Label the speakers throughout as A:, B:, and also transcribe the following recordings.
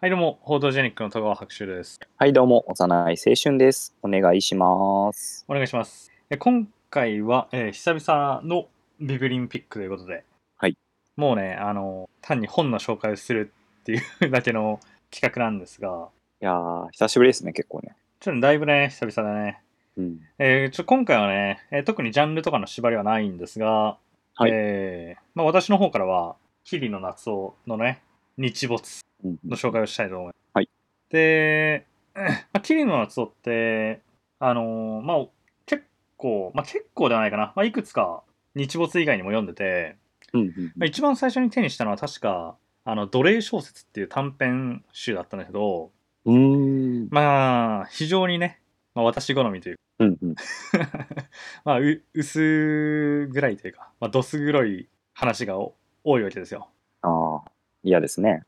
A: はい、どうも、報道ジェニックの戸川博修です。
B: はい、どうも、幼い青春です。お願いします。
A: お願いします。え今回は、えー久々のビブリンピックということで、
B: はい。
A: もうね、あの、単に本の紹介をするっていうだけの企画なんですが、
B: いやー、久しぶりですね、結構ね。
A: ちょっとだいぶね、久々だね。
B: うん。
A: えーちょ今回はね、えー特にジャンルとかの縛りはないんですが、
B: はい
A: えーまあ、私の方からは、日々の夏をのね、日没
B: うん
A: の紹介をしたいと思います。
B: はい。
A: で、まあ、キリの夏男って、あのーまあ、結構、まあ結構ではないかな。まあ、いくつか日没以外にも読んでて、
B: うんうん
A: まあ、一番最初に手にしたのは確か、あの、奴隷小説っていう短編集だったんだけど、
B: うん。うーん。
A: まあ、非常にね、まあ、私好みというか、
B: うんうん。
A: まあ、う薄暗いというか、まあ、どす黒い話がお多いわけですよ。
B: ああ、嫌ですね。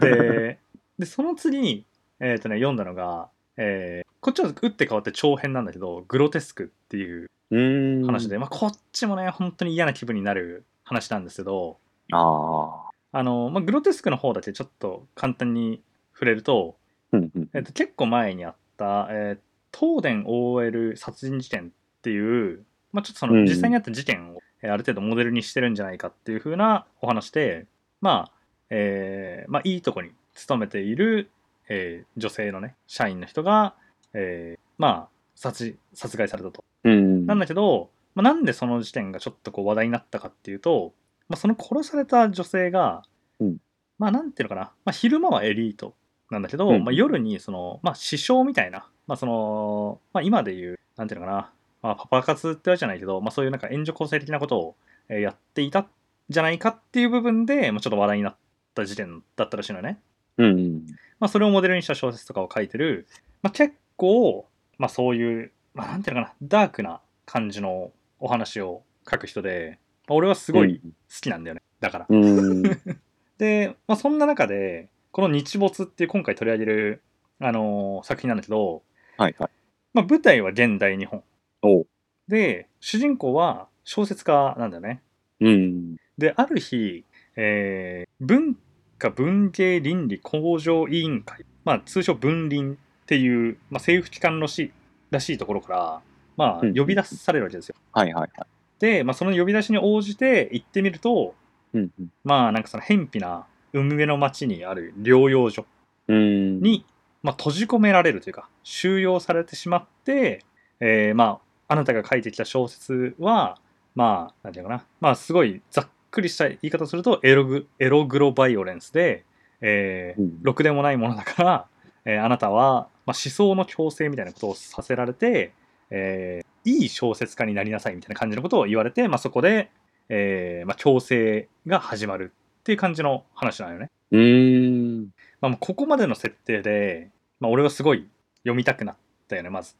A: ででその次に、えーとね、読んだのが、えーこっちは打って変わって長編なんだけど「グロテスク」っていう
B: うーん。
A: 話で、。まあ、こっちもね本当に嫌な気分になる話なんですけど
B: ああ。
A: あの、まあ、グロテスクの方だけちょっと簡単に触れると,、
B: うんうん。
A: えーと結構前にあった「えー東電 OL 殺人事件」っていう、まあ、ちょっとその
B: うん
A: 実際にあった事件を、えーある程度モデルにしてるんじゃないかっていう風なお話でまあえーまあ、いいとこに勤めている、えー女性のね社員の人が、えーまあ殺殺害されたと。
B: うん。
A: なんだけど、まあ、なんでその事件がちょっとこう話題になったかっていうと、まあ、その殺された女性が、
B: うん
A: まあなんていうのかな、まあ、昼間はエリートなんだけど、
B: うん
A: まあ、夜にその、まあ、師匠みたいな、まあそのまあ、今でいうなんていうのかな、まあ、パパ活ってわけじゃないけど、まあ、そういうなんか援助構成的なことをえーやっていたんじゃないかっていう部分で、まあ、ちょっと話題になった事件だったらしいのね。
B: うんうん。
A: まあ、それをモデルにした小説とかを書いてる、まあ、結構、まあ、そういう、まあ、なんていうのかなダークな感じのお話を書く人で、まあ、俺はす
B: す
A: ごい。好きなんだよね、だから。
B: うん。うん
A: で、まあ、そんな中でこの「日没」っていう今回取り上げる、あのー作品なんだけど、
B: はいはい。
A: まあ、舞台は現代日本
B: おう。
A: で主人公は小説家なんだよね。
B: うん。
A: である日、えー文化文芸倫理向上委員会、まあ、通称文倫っていう、まあ、政府機関らしいらしいところから、まあ、
B: うん
A: 呼び出されるわけですよ。
B: はいはいはい。
A: で、まあ、その呼び出しに応じて行ってみると
B: うんうん。
A: まあなんかその偏僻な海辺の町にある療養所
B: うん。
A: に、まあ、閉じ込められるというか収容されてしまって、えーまあ、あなたが書いてきた小説はまあなんていうのかな、まあ、すごいざっくりした言い方をするとエログエログロバイオレンスで、えー
B: うん
A: ろくでもないものだから、えーあなたは、まあ、思想の強制みたいなことをさせられて、えーいい小説家になりなさいみたいな感じのことを言われて、まあ、そこで、えーまあ、強制が始まるっていう感じの話なのよね。
B: うん。
A: まあ、もうここまでの設定で、まあ、俺はすごい読みたくなったよねま ず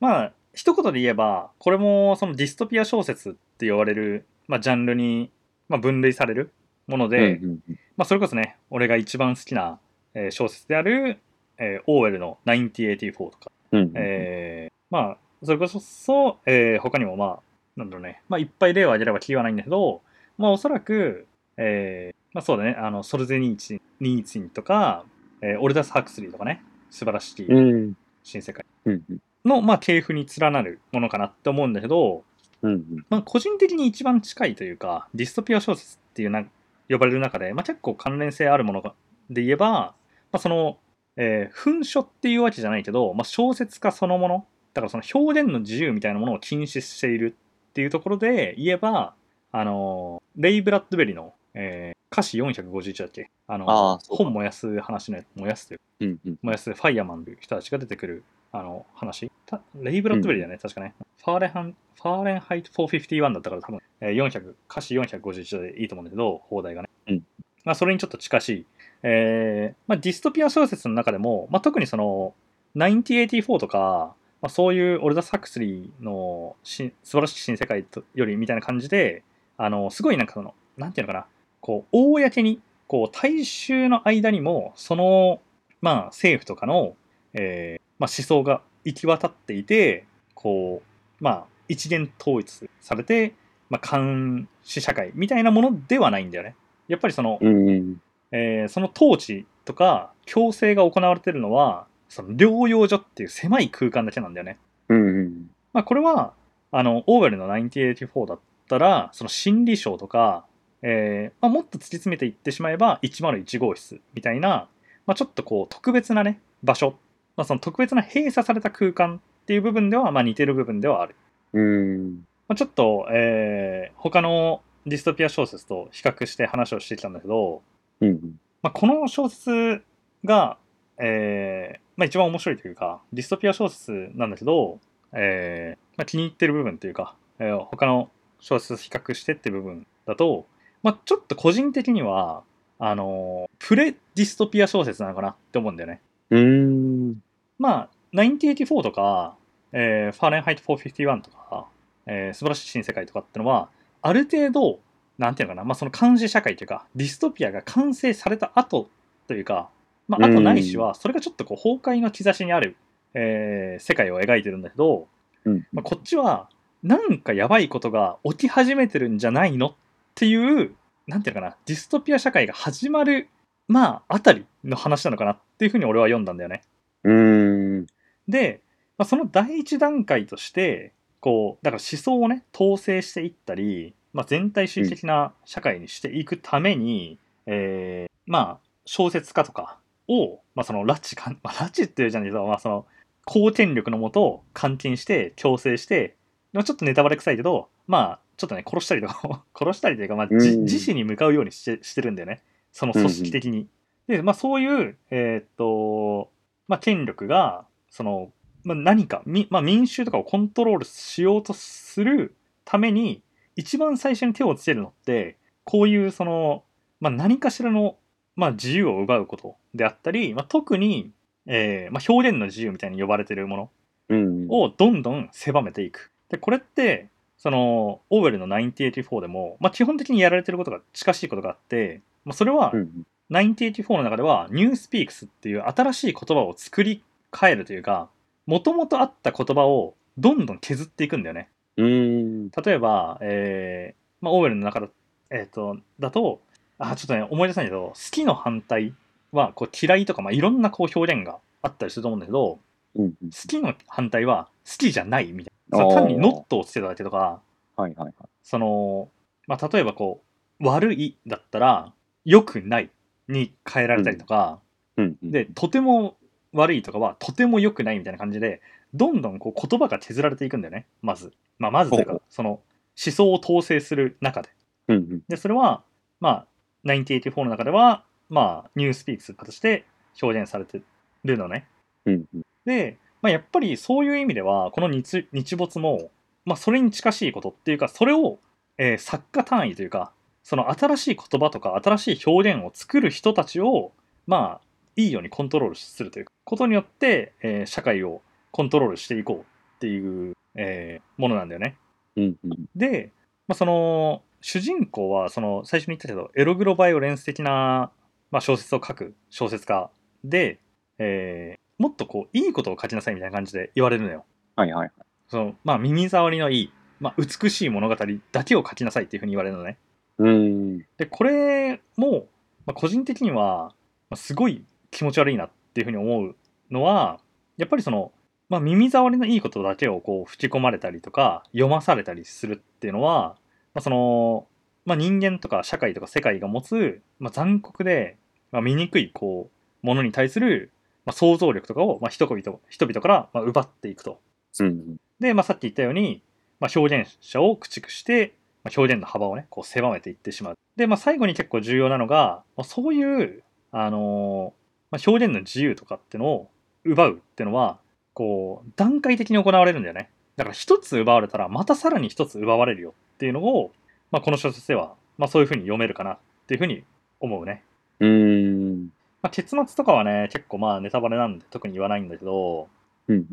A: まあ一言で言えばこれもそのディストピア小説って言われる、まあ、ジャンルに、まあ、分類されるもので、
B: うんうん
A: まあ、それこそね俺が一番好きな、えー小説である、えーオーウェルの「1984」とか、
B: うんうん。
A: えーまあそれこそ、えー他にもまあなんだろうね、まあ、いっぱい例を挙げればキりはないんだけど、まあ、おそらく、えーまあ、そうだねあのソルゼニーチンニーチンとか、えーオルダス・ハクスリーとかね素晴らしき
B: うん。
A: 新世界
B: うんうん。
A: の、まあ、系譜に連なるものかなって思うんだけど、
B: うんうん。
A: まあ、個人的に一番近いというかディストピア小説っていうな呼ばれる中で、まあ、結構関連性あるものがで言えば、まあ、その、えー文書っていうわけじゃないけど、まあ、小説家そのものだからその表現の自由みたいなものを禁止しているっていうところで言えばあのーレイ・ブラッドベリーの、えー歌詞451だっけあの
B: ああそうか
A: 本燃やす話のや燃やすという
B: うんうん。
A: 燃やすファイヤーマンという人たちが出てくるあの話たレイ・ブラッドベリーだよね、確かねファーレンハンファーレンハイト451だったから多分、えー400歌詞451でいいと思うんだけど放題がね、
B: うん
A: まあ、それにちょっと近しい、えーまあ、ディストピア小説の中でも、まあ、特にその1984とか、まあ、そういうオルダス・ハクスリーのし素晴らしき新世界とよりみたいな感じであのすごいなんかそのなんていうのかなこう公にこう大衆の間にもそのまあ、政府とかの、えーまあ、思想が行き渡っていてこう、まあ、一元統一されて、まあ、監視社会みたいなものではないんだよね。やっぱりその、
B: うん。
A: えーその統治とか強制が行われてるのはその療養所っていう狭い空間だけなんだよね。
B: うん。
A: まあ、これはあのオーウェルの1984だったらその心理症とか、えーまあ、もっと突き詰めていってしまえば101号室みたいな、まあ、ちょっとこう特別なね場所、まあ、その特別な閉鎖された空間っていう部分では、まあ、似てる部分ではある。
B: うん。
A: まあ、ちょっと、えー他のディストピア小説と比較して話をしてきたんだけど、
B: うん。
A: まあ、この小説が、えーまあ、一番面白いというかディストピア小説なんだけど、えーまあ、気に入ってる部分というか、えー他の小説と比較してって部分だと、まあ、ちょっと個人的にはあのープレディストピア小説なのかなって思うんだよね。
B: うん。
A: まあ、1984とか、えー、ファーレンハイト451とか、えー素晴らしい新世界とかってのは、ある程度、なんていうのかな、まあ、その監視社会というか、ディストピアが完成された後というか、まあ、
B: う
A: 後
B: ん
A: ないしは、それがちょっとこう崩壊の兆しにある、えー世界を描いてるんだけど、
B: うん。
A: まあ、こっちは、なんかやばいことが起き始めてるんじゃないのっていう、なんていうのかな、ディストピア社会が始まる、まあ、あたりの話なのかなっていうふうに俺は読んだんだよね。
B: うん。
A: で、まあ、その第一段階としてこうだから思想をね統制していったり、まあ、全体主義的な社会にしていくために、えーまあ小説家とかを、まあ、その拉致か、まあ、拉致っていうじゃないけど、まあ、その公権力のもと監禁して強制してまあちょっとネタバレ臭いけどまあちょっとね殺したりとか 殺したりというか、まあ、じ
B: うん
A: 自死に向かうようにしてしてるんだよねその組織的に。で、まあ、そういう、えーっとまあ、権力がそのまあ、何か、みまあ、民衆とかをコントロールしようとするために一番最初に手をつけるのってこういうその、まあ、何かしらの、まあ、自由を奪うことであったり、まあ、特に、えーまあ、表現の自由みたいに呼ばれてるもの
B: うん。
A: をどんどん狭めていく。でこれってそのオーウェルの1984でも、まあ、基本的にやられてることが近しいことがあって、まあ、それは
B: うん。
A: 1984の中ではニュースピークスっていう新しい言葉を作り変えるというかもともとあった言葉をどんどん削っていくんだよね
B: うん。
A: 例えば、えーまあ、オーウェルの中だ,、えー、とだとあちょっとね思い出せないけど好きの反対はこう嫌いとか、まあ、いろんなこう表現があったりすると思うんだけど
B: うん。
A: 好きの反対は好きじゃないみたいなその
B: あー
A: 単にノットをつけただけとか
B: はいはいはい。
A: その、まあ、例えばこう悪いだったら良くないに変えられたりとか、
B: うん。
A: で、とても悪いとかはとても良くないみたいな感じでどんどんこう言葉が削られていくんだよねまず、まあ、まずという
B: ほう
A: かその思想を統制する中で
B: うん。
A: でそれはまあ1984の中ではまあニュースピークスとして表現されてるのね
B: うん。
A: で、まあ、やっぱりそういう意味ではこの日日没も、まあ、それに近しいことっていうかそれを、えー作家単位というかその新しい言葉とか新しい表現を作る人たちをまあいいようにコントロールするということによって、えー社会をコントロールしていこうっていう、えーものなんだよね。
B: うん。
A: で、まあ、その主人公はその最初に言ったけどエログロバイオレンス的な、まあ、小説を書く小説家で、えーもっとこういいことを書きなさいみたいな感じで言われるのよ。
B: はいはいはい。
A: そのまあ、耳障りのいい、まあ、美しい物語だけを書きなさいっていうふうに言われるのね。
B: うん。
A: でこれも、まあ、個人的にはまあすごい気持ち悪いなっていうふうに思うのはやっぱりその、まあ、耳障りのいいことだけをこう吹き込まれたりとか読まされたりするっていうのは、まあそのまあ、人間とか社会とか世界が持つ、まあ、残酷で、まあ、醜いこうものに対する、まあ、想像力とかを、まあ、人々人々からまあ奪っていくと。
B: うん。
A: で、まあ、さっき言ったように、まあ、表現者を駆逐して、まあ、表現の幅をねこう狭めていってしまうで、まあ、最後に結構重要なのが、まあ、そういう、あのーまあ、表現の自由とかってのを奪うってのはこう段階的に行われるんだよねだから一つ奪われたらまたさらに一つ奪われるよっていうのを、まあ、この小説では、まあ、そういうふうに読めるかなっていうふうに思うね、
B: うん。
A: まあ、結末とかはね結構まあネタバレなんで特に言わないんだけど
B: うん。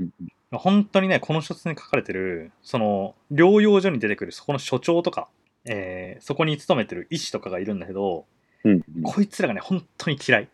A: 本当にね、この小説に書かれてる、その、療養所に出てくる、そこの所長とか、えーそこに勤めてる医師とかがいるんだけど、
B: うん。
A: こいつらがね、本当に嫌い。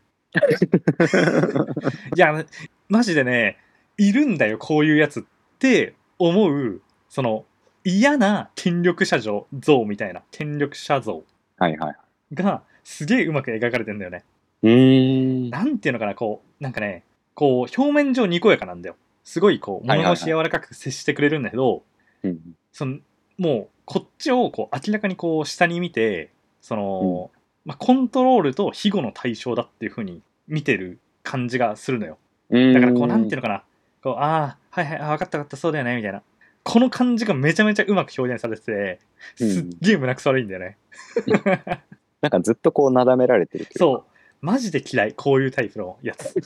A: いや、マジでね、いるんだよ、こういうやつって思う、その、嫌な権力者像像みたいな、権力者像
B: はいはい。
A: が、すげえうまく描かれてんだよね。
B: うーん。
A: なんていうのかな、こう、なんかね、こう、表面上にこやかなんだよ。すごい、こう、
B: はいはい
A: 物
B: はい
A: 腰柔らかく接してくれるんだけど、
B: うん
A: その、もう、こっちを、こう、明らかにこう、下に見て、その、まあ、コントロールと庇護の対象だっていうふうに見てる感じがするのよ。だからこうなんていうのかな、こうああはいはいあ分かった分かったそうだよねみたいなこの感じがめちゃめちゃうまく表現されてて
B: うん
A: すっげえ胸くそ悪いんだよね、
B: なんかずっとこうなだめられてるというか
A: そうマジで嫌いこういうタイプのや つい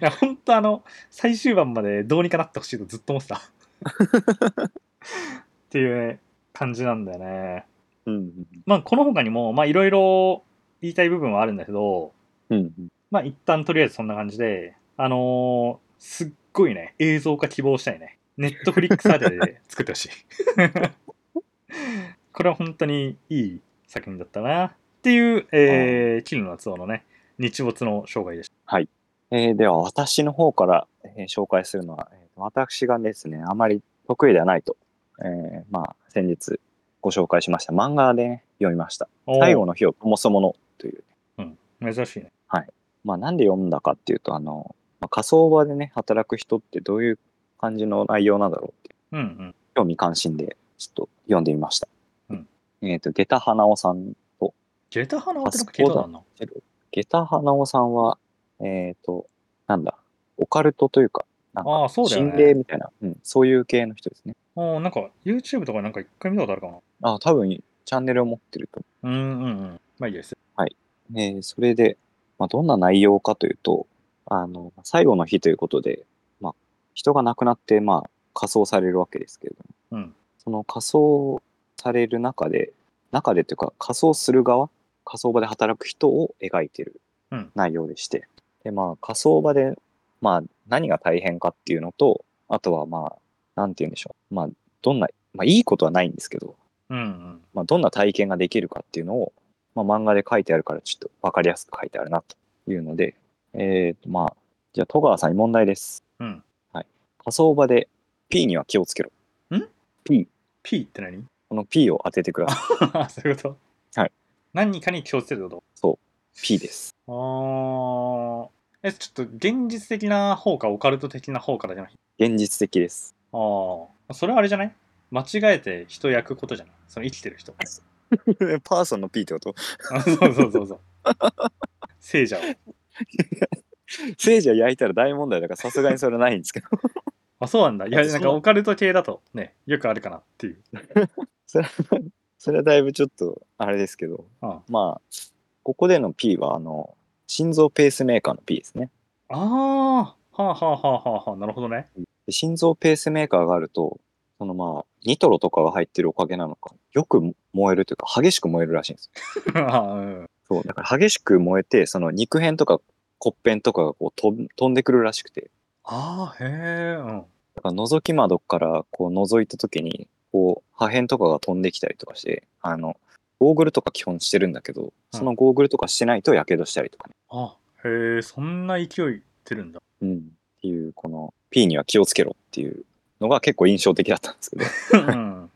A: や本当あの最終盤までどうにかなってほしいとずっと思 ってたっていうね、感じなんだよね
B: うん
A: まあこの他にもまあいろいろ言いたい部分はあるんだけど
B: うんうん
A: まあ一旦とりあえずそんな感じで、あのーすっごいね、映像化希望したいね。ネットフリックスアーで 作ってほしい。これは本当にいい作品だったな。っていう、えー、キルの夏夫のね、日没の生涯でした。
B: えーでは私の方から、えー紹介するのは、えー私がですねあまり得意ではないと、えーまあ、先日ご紹介しました漫画でね、読みました「
A: おー
B: 最後の日をともそもの」という、
A: 珍しいね。
B: まあ、なんで読んだかっていうとあの、まあ、仮想場でね働く人ってどういう感じの内容なんだろうって
A: うんうん。
B: 興味関心でちょっと読んでみました、
A: うん
B: えっ、と下駄花尾さん
A: ゲタ花はってなんか聞いたことあるの
B: 下駄花尾さんはえっ、となんだオカルトというかなんか
A: ああ、そうだよ
B: 心霊
A: ね。
B: みたいな、うん、そういう系の人ですね。
A: おーなんか YouTube とかなんか一回見たことあるか
B: あ多分チャンネルを持ってると思
A: な。うんうんうん。まあいいです。
B: う。えーそれで、まあ、どんな内容かというと、あの最後の日ということで、まあ、人が亡くなって、まあ、仮装されるわけですけれども、
A: うん
B: その仮装される中で、中でというか仮装する側、仮装場で働く人を描いてる
A: うん
B: 内容でして、でまあ、仮装場で、まあ、何が大変かっていうのと、あとはまあ、なんて言うんでしょう、まあ、どんな、まあ、いいことはないんですけど、
A: うんうん。
B: まあ、どんな体験ができるかっていうのを、まあ、漫画で書いてあるからちょっと分かりやすく書いてあるなというので、えーとまあ、じゃあ戸川さんに問題です。
A: うん
B: はい、仮想場で P には気をつけろ。
A: ん
B: ?P。
A: P って何
B: この P を当ててください。
A: そういうこと
B: はい。
A: 何かに気をつけるってこと
B: P です。
A: あーえ、ちょっと現実的な方かオカルト的な方からじゃない
B: 現実的です。
A: ああ、それはあれじゃない間違えて人焼くことじゃないその生きてる 人。
B: パーソンの P ってこと
A: あそうそうそうそう。聖者を。
B: 聖者焼いたら大問題だからさすがにそれはないんですけど。
A: あ、そうなんだ。いや、
B: そう
A: なんかオカルト系だとね、よくあるかなっていう。
B: それは、それはだいぶちょっとあれですけど、
A: うん
B: まあ、ここでの P は、あの、心臓ペースメーカーの P ですね。
A: ああ、はあはあはあはあはあ、なるほどね。
B: で心臓ペースメーカーがあると、そのまあ、ニトロとかが入ってるおかげなのか、よく燃えるというか、激しく燃えるらしいんですよ。
A: あーうん。
B: そう、だから激しく燃えて、その肉片とか骨片とかがこう飛ん飛んでくるらしくて、
A: ああ、へえ、うん。
B: だから覗き窓からこう覗いた時に、こう破片とかが飛んできたりとかして、あの、ゴーグルとか基本してるんだけど、そのゴーグルとかしてないと火傷したりとかね。
A: あ、へえ、そんな勢い出るん だ。
B: うん。っていう、この P には気をつけろっていうのが結構印象的だったんで すけど。
A: うん。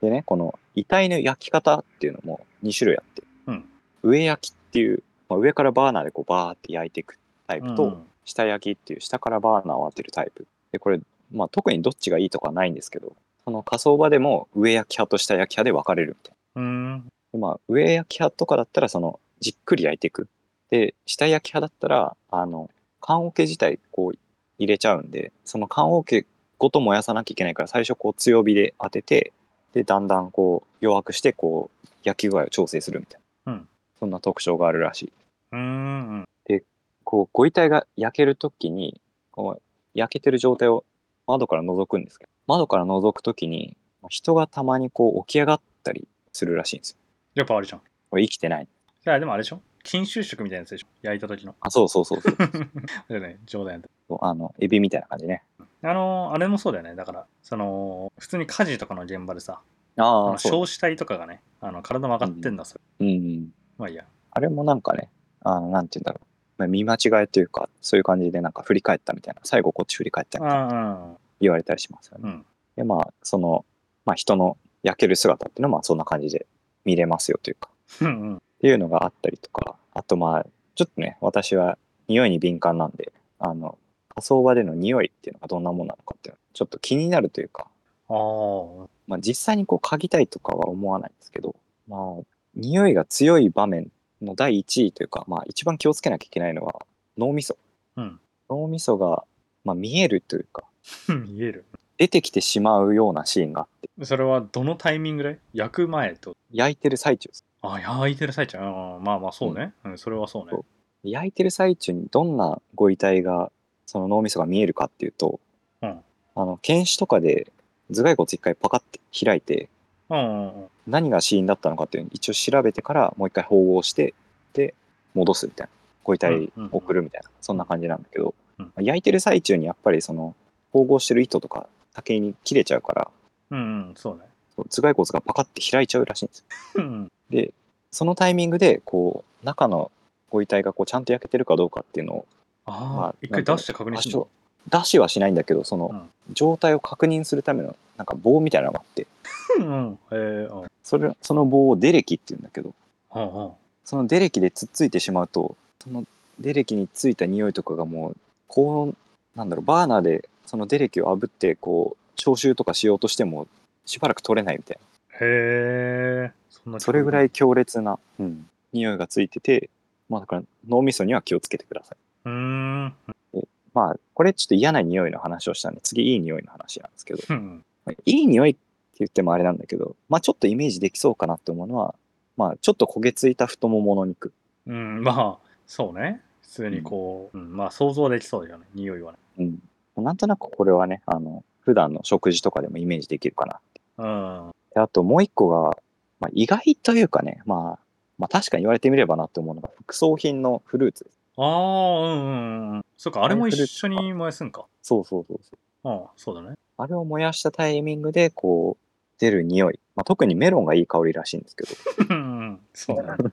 B: でね、この遺体の焼き方っていうのも2種類あって、
A: うん
B: 上焼きっていう、まあ、上からバーナーでこうバーって焼いていくタイ
A: う
B: プ
A: ん
B: と、下焼きっていう下からバーナーを当てるタイプ。で、これ、まあ、特にどっちがいいとかはないんですけど、その仮想場でも上焼き派と下焼き派で分かれるみたい
A: うん。
B: な。でまあ、上焼き派とかだったら、その、じっくり焼いていく。で、下焼き派だったら、あの、缶桶自体こう入れちゃうんで、その缶桶ごと燃やさなきゃいけないから、最初こう強火で当てて、で、だんだんこう弱くして、こう焼き具合を調整するみたいな。
A: うん
B: そんな特徴があるらしい。
A: うん。うん。
B: こう、ご遺体が焼けるときに、こう、焼けてる状態を窓から覗くんですけど、窓から覗くときに、人がたまにこう起き上がったりするらしいんですよ。
A: やっぱあれじゃん。
B: これ生きてない。
A: いや、でもあれでしょ禁酒食みたいなやつでしょ焼いた時の。
B: あ、そうそうそうそう
A: じゃね、冗談やった
B: そう。あの、エビみたいな感じね。
A: あのー、あれもそうだよね。だから、その、普通に火事とかの現場でさ、あ
B: あ
A: の
B: あ、そう。
A: 焼死体とかがね、あの体曲がってんだ、それ。
B: うんうん。
A: まあいいや。
B: あれもなんかね、あの、なんて言うんだろう。まあ見間違いというか、そういう感じでなんか振り返ったみたいな、最後こっち振り返ったみたいな
A: あ
B: 言われたりしますよ
A: あ、う
B: ね。
A: ん。
B: で、まあ、その、まあ人の焼ける姿っていうのはまあそんな感じで見れますよというか。
A: うんうん。
B: っていうのがあったりとか、あとまあ、ちょっとね、私は匂いに敏感なんで、あの、火葬場での匂いっていうのがどんなもんなのかっていうのはちょっと気になるというか、
A: ああ、
B: まあ実際にこう嗅ぎたいとかは思わないんですけど、まあ、匂いが強い場面の第一位というか、まあ一番気をつけなきゃいけないのは脳みそ。
A: うん。
B: 脳みそが、まあ、見えるというか、
A: 見える。
B: 出てきてしまうようなシーンがあって、
A: それはどのタイミングで焼く前と。
B: 焼いてる最中です。
A: あ、焼いてる最中。うんまあまあ、そうね。うん、それはそうね
B: そ。焼いてる最中にどんなご遺体がその脳みそが見えるかっていうと、
A: うん
B: あの検視とかで頭蓋骨一回パカッて開いて
A: うんうんうん。
B: 何が死因だったのかっていうのを一応調べてからもう一回縫合してで戻すみたいなご遺体を送るみたいな、そんな感じなんだけど、
A: うん
B: 焼いてる最中にやっぱりその縫合してる糸とか先に切れちゃうから
A: うん、うん、そうね。
B: 頭蓋骨がパカッて開いちゃうらしいんですよ
A: うん。
B: でそのタイミングでこう中のご遺体がこうちゃんと焼けてるかどうかっていうのを
A: あ
B: ま
A: あ
B: あ、
A: 一回出して確認
B: 多
A: して
B: 少出しはしないんだけどその、
A: う
B: 状態を確認するためのなんか棒みたいなのがあって
A: うんうん。えー、うん。
B: それその棒をデレキって言うんだけど
A: うんうん。
B: そのデレキでつっついてしまうとそのデレキについた匂いとかがもう高温なんだろうバーナーでそのデレキを炙ってこう消臭とかしようとしてもしばらく取れないみたいな
A: へえ。そんな
B: それぐら
A: い。
B: い強烈な、うん、匂いがついててまあだから脳みそには気をつけてくださいう
A: ーん。
B: まあこれちょっと嫌な匂いの話をしたんで次いい匂いの話なんですけど
A: うん。
B: まあいい匂いって言ってもあれなんだけど、まあちょっとイメージできそうかなって思うのは、まあちょっと焦げついた太ももの肉。
A: うん、まあ、そうね。普通にこう、うんまあ、想像できそうだよね。匂いはね。
B: うん。なんとなくこれはね、あの、普段の食事とかでもイメージできるかな。
A: うん。
B: であともう一個が、まあ意外というかね、まあ、まあ確かに言われてみればなって思うのが、副葬品のフルーツです。
A: ああ、うんうんうん。そっか、あれも一緒に燃やすんか。
B: そうそうそうそう。
A: うん、そうだね。
B: あれを燃やしたタイミングで、こう、出る匂い。まあ特にメロンがいい香りらしいんですけ
A: う
B: ど、
A: んうん、そうだね。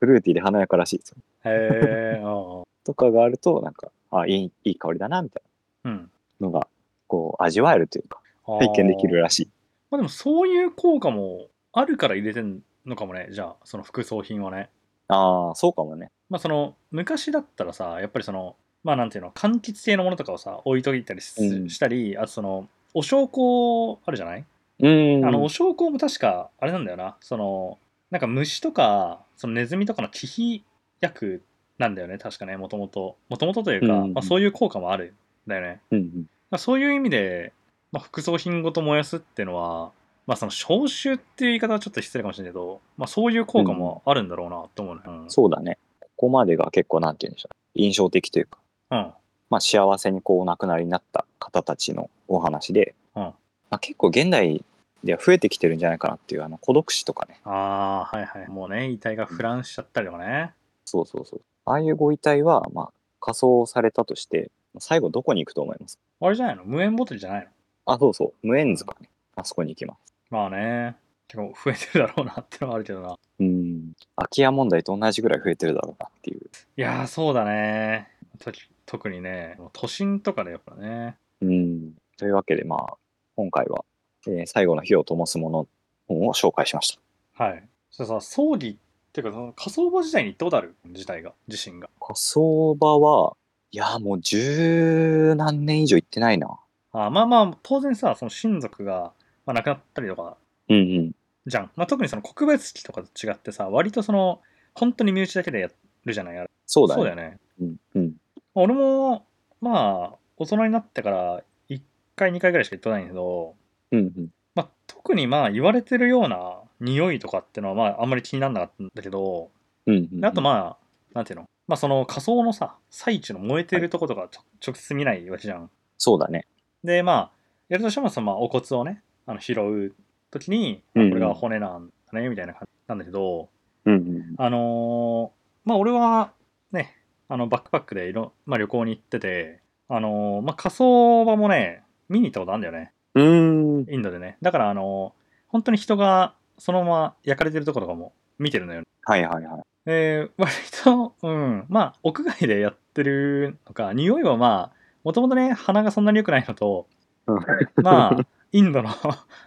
B: フルーティーで華やからしいですよ。
A: へえ、うん
B: とかがあると、なんか、あ、いい、いい香りだな、みたい
A: うん。
B: なのが、こう、味わえるというか、体
A: 体
B: 験できる。らしい。
A: まあでも、そういう効果もあるから入れてんのかもね。じゃあ、その副葬品はね。
B: ああ、そうかもね。
A: まあ、その、昔だったらさ、やっぱりその、まあ、なんていうの、柑橘系のものとかをさ、置いといたりす
B: うん
A: したり、あとその、お焼香あるじゃない
B: うん
A: あのお焼香も確かあれなんだよなそのなんか虫とかそのネズミとかの忌避薬なんだよね確かねもともともともとというか、
B: うんうん
A: まあ、そういう効果もあるんだよね、
B: うん
A: まあ、そういう意味で、まあ、副葬品ごと燃やすっていうのは、まあ、その消臭っていう言い方はちょっと失礼かもしれないけど、まあ、そういう効果もあるんだろうなと思うね、うん
B: うん、そうだね。ここまでが結構、なんて言うんでしょう。印象的というか、
A: うん
B: まあ、幸せにこう、お亡くなりになった方たちのお話で、
A: うん
B: まあ、結構、現代では増えてきてるんじゃないかなっていう、あの、孤独死とかね。
A: ああはいはいもうね遺体が腐乱しちゃったりとかね
B: そうそうそう。ああいうご遺体は、まあ、火葬されたとして、最後どこに行くと思います
A: あれじゃないの無縁ボトルじゃないの
B: かあ、そうそう。無縁塚ね。あそこに行きます。
A: まあね結構増えてるだろうなってのはあるけどな
B: うん。空き家問題と同じぐらい増えてるだろうなっていう。
A: いやーそうだねと特にねもう都心とかでやっぱね
B: うん。というわけで、まあ、今回は、えー最後の火を灯すもの本を紹介しました。
A: はいそしたらさ葬儀っていうかその火葬場自体に行ったことある自体が自身が
B: 火葬場は、いや、もう十何年以上行ってないな。
A: あーまあまあ当然さその親族が、まあ、亡くなったりとか
B: うんうん。
A: じゃん、まあ、特にその告別式とかと違ってさ割とその本当に身内だけでやるじゃないあれ
B: そうだね。
A: よね
B: うんうん。
A: 俺もまあ大人になってから1回2回ぐらいしか行ってないんだけど
B: うんうん。
A: まあ、特にまあ言われてるような匂いとかってのはまああんまり気にならなかったんだけど、
B: うんうんうん
A: あとまあなんていうのまあその仮想のさ最中の燃えてるとことかちょ直接見ないわけじゃん。
B: そうだね。
A: でまあやるとしてもそのまあお骨をねあの拾う時に、あ
B: うんうん
A: これが骨なんだねみたいな感じなんだけど、
B: うんうん。
A: あのーまあ俺はねあのバックパックでいろ、まあ、旅行に行ってて、あのーまあ、仮想場もね見に行ったことあるんだよね。
B: うーん。
A: インドでね。だから、あの、本当に人がそのまま焼かれてるところとかも見てるのよ。
B: はいはいはい。
A: えー、割と、うん、まあ、屋外でやってるのか、匂いはまあ、もともとね、鼻がそんなに良くないのと、
B: うん
A: まあ、インドの、ま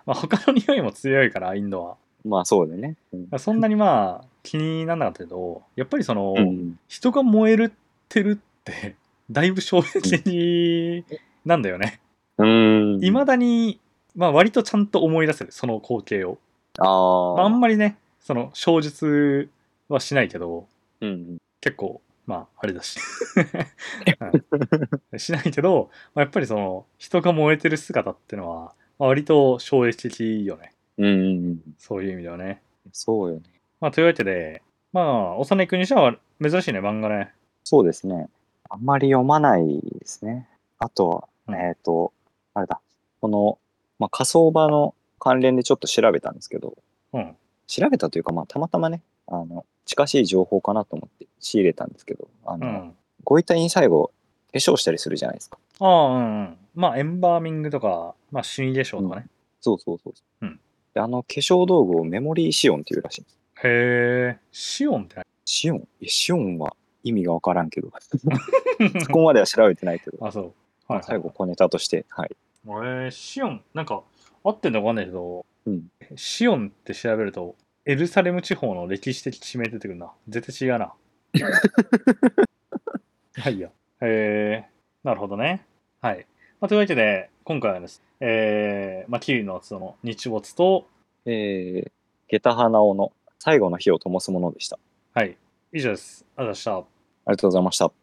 A: あ、他の匂いも強いから、インドは。
B: まあそうだよね。うん
A: そんなにまあ気にならなかったけどやっぱりその、
B: うん
A: 人が燃えるってるって だいぶ衝撃的なんだよね。
B: うん。
A: いまだに、まあ、割とちゃんと思い出せるその光景を。
B: あー、
A: まあ、あんまりねその小述はしないけど
B: うん。
A: 結構まああれだし、 うんしないけど、まあ、やっぱりその人が燃えてる姿ってのは、まあ、割と衝撃的よね
B: うんうん。
A: そういう意味ではね。
B: そうよね。
A: ま
B: ま
A: あ、というわけでまあ幼い国じゃ珍しいね漫画ね。
B: そうですね。あんまり読まないですね。あと
A: うん
B: は、えっ、と、あれだ。この、まあ、火葬場の関連でちょっと調べたんですけど、
A: うん
B: 調べたというか、まあ、たまたまね、あの、近しい情報かなと思って仕入れたんですけど、あ
A: う
B: の、
A: ん、
B: ご遺体に最後、化粧したりするじゃないですか。
A: ああうんうんまあエンバーミングとか、まあ、死に化粧とかね。
B: そうそうそうそう。
A: うん
B: であの化粧道具をメモリーシオンっていうらしいんです。
A: へえシオンって
B: シオンえシオンは意味がわからんけど、
A: 何
B: そこまでは調べてないけど、
A: あそう、は
B: まあ
A: い
B: 最後、小ネタとして、はい。
A: えー、シオン、なんか、合ってんのかわかんないけど、
B: うん
A: シオンって調べると、エルサレム地方の歴史的地名出てくるな。絶対違う な。はいや。えー、なるほどね。はい。まあ、というわけで、今回はですね、えー、まあ、キリのその日没と、
B: えー、下駄花尾の最後の火を灯すものでした。
A: はい、以上です。ありがとうございました。
B: ありがとうございました。